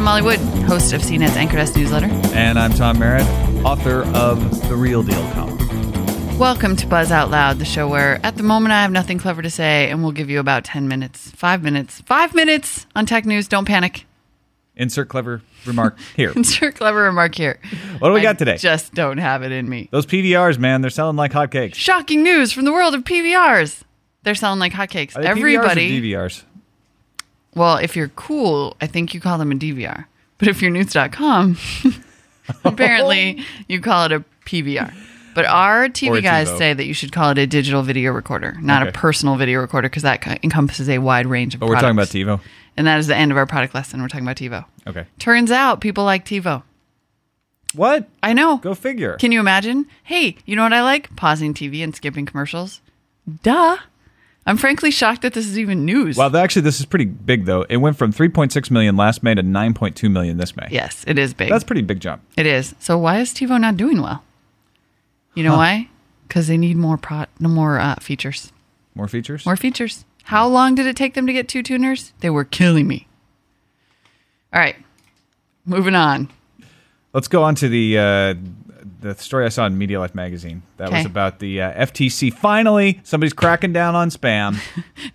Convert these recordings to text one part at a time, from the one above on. Molly Wood, host of CNET's Anchor Desk newsletter. And I'm Tom Merritt, author of The Real Deal column. Welcome to Buzz Out Loud, the show where at the moment I have nothing clever to say and we'll give you about 10 minutes, five minutes, five minutes on tech news. Don't panic. Insert clever remark here. Insert clever remark here. What do we I got today? Just don't have it in me. Those PVRs, man, they're selling like hotcakes. Shocking news from the world of PVRs. They're selling like hotcakes. Are they Everybody. PVRs or DVRs. Well, if you're cool, I think you call them a DVR. But if you're news.com, apparently you call it a PVR. But our Or a TV guys TiVo. say that you should call it a digital video recorder, not a Okay. personal video recorder, because that co- encompasses a wide range of But Oh, we're talking about products. TiVo. And that is the end of our product lesson. We're talking about TiVo. Okay. Turns out people like TiVo. What? I know. Go figure. Can you imagine? Hey, you know what I like? Pausing TV and skipping commercials. Duh. I'm frankly shocked that this is even news. Well, actually, this is pretty big, though. It went from 3.6 million last May to 9.2 million this May. yes, it is big. That's a pretty big jump. It is. So why is TiVo not doing well? You know why? Because they need more pro- no more uh, features. More features? More features. How long did it take them to get two tuners? They were killing me. All right, moving on. Let's go on to the uh, the story I saw in Media Life magazine. That was Okay. about the uh, FTC. Finally, somebody's cracking down on spam.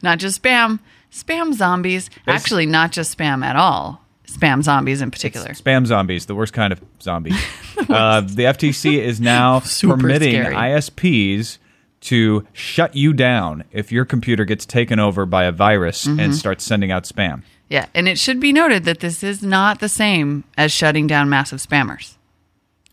Not just spam, spam zombies. Bas- Actually, not just spam at all. Spam zombies in particular. Spam zombies, the worst kind of zombie. uh, the FTC is now Super permitting scary. ISPs to shut you down if your computer gets taken over by a virus Mm-hmm. and starts sending out spam. Yeah, and it should be noted that this is not the same as shutting down massive spammers.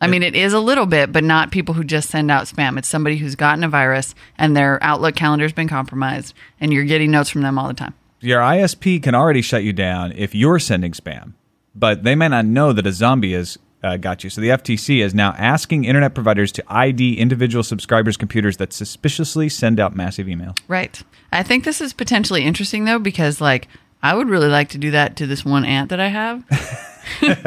I mean, it is a little bit, but not people who just send out spam. It's somebody who's gotten a virus and their Outlook calendar's been compromised, and you're getting notes from them all the time. Your ISP can already shut you down if you're sending spam, but they may not know that a zombie has uh, got you. So the FTC is now asking internet providers to ID individual subscribers' computers that suspiciously send out massive emails. Right. I think this is potentially interesting, though, because, like, I would really like to do that to this one aunt that I have.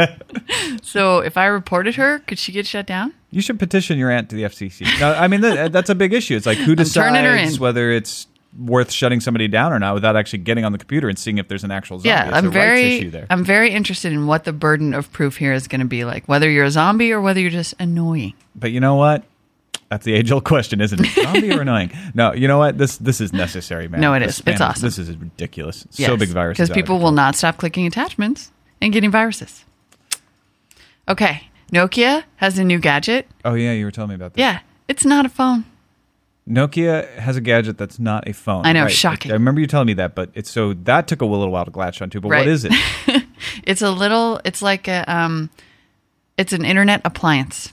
so if I reported her, could she get shut down? You should petition your aunt to the FCC. No, I mean that, that's a big issue. It's like who turning her decides in. whether it's worth shutting somebody down or not without actually getting on the computer and seeing if there's an actual zombie. Yeah, it's a I'm rights very, issue there. I'm very interested in what the burden of proof here is going to be like, whether you're a zombie or whether you're just annoying. but you know what? That's the age old question, isn't it? Zombie or annoying? No, you know what? This this is necessary, man. No, it it is. is. It's awesome. This is ridiculous. It's So big viruses. because out of people will not stop clicking attachments and getting viruses. Okay, Nokia has a new gadget. Oh yeah, you were telling me about this. Yeah, it's not a phone. Nokia has a gadget that's not a phone. I know, shocking. I remember you telling me that, but it's so that took a little while to latch onto. But Right. what is it? It's a little. It's like a. Um, it's an internet appliance.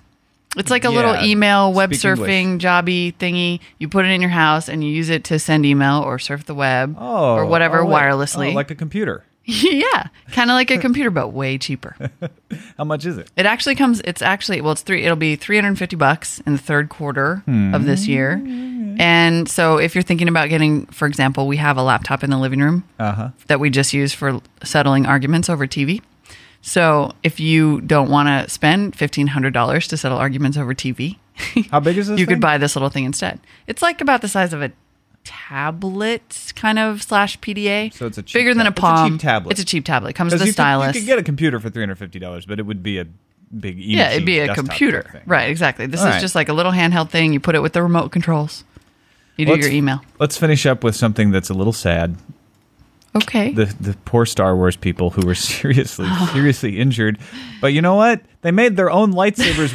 It's like a little Yeah, email, web speak surfing, jobby thingy. You put it in your house and you use it to send email or surf the web Oh, or whatever oh, like- wirelessly. oh, like a computer. yeah, kind of like a computer, but way cheaper. How much is it? It actually comes. It's actually well. It's three. It'll be three hundred and fifty bucks in the third quarter of this year. And so, if you're thinking about getting, for example, we have a laptop in the living room Uh-huh. that we just use for settling arguments over TV. So, if you don't want to spend fifteen hundred dollars to settle arguments over TV, How big is this? you could thing? buy this little thing instead. It's like about the size of a tablet, kind of slash PDA. So it's a cheap bigger than a tab- it's a cheap palm. tablet. It's a cheap tablet. It comes with Because a you stylus. Could, you could get a computer for three hundred fifty dollars, but it would be a big EMT Yeah, it'd be a desktop type computer. thing. Right, exactly. This All is right. just like a little handheld thing. You put it with the remote controls. You do Let's- your email. Let's finish up with something that's a little sad. Okay. The the poor Star Wars people who were seriously Oh. seriously injured, but you know what? They made their own lightsabers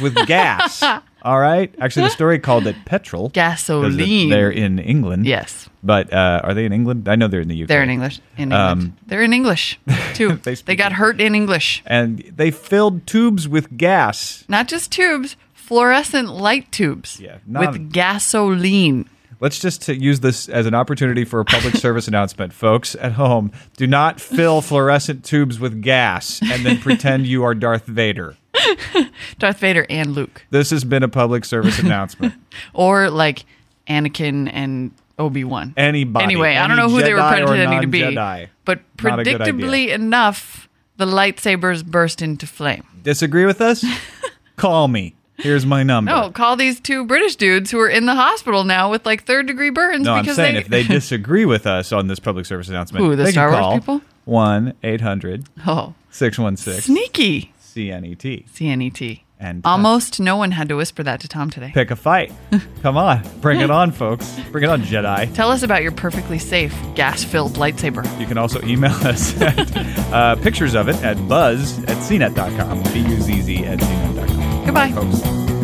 with gas. All right. Actually, the story called it petrol. 'cause the- Gasoline. They're in England. yes. But uh, are they in England? I know they're in the UK. They're in English. In England. Um, They're in English too. They they, speak got hurt in English. And they filled tubes with gas. Not just tubes, fluorescent light tubes. Yeah, with not- gasoline. Let's just to use this as an opportunity for a public service announcement, folks at home. Do not fill fluorescent tubes with gas and then pretend you are Darth Vader. Darth Vader and Luke, This has been a public service announcement. or like Anakin and Obi Wan. Anybody, Anyway, I any don't know who they were Jedi or pretending to be, non-Jedi. but Not a good idea. predictably enough, the lightsabers burst into flame. Disagree with us? Call me. Here's my number. No, Oh, call these two British dudes who are in the hospital now with like third degree burns No, I'm because saying they, if they disagree with us on this public service announcement, Who, the they Star can Wars call people? 1 800 Oh, 616 sneaky CNET. CNET. And- uh, almost no one had to whisper that to Tom today. Pick a fight. Come on. Bring it on, folks. Bring it on, Jedi. Tell us about your perfectly safe gas-filled lightsaber. You can also email us at, uh, pictures of it at buzz at cnet.com. B U Z Z at cnet.com. Goodbye. Folks.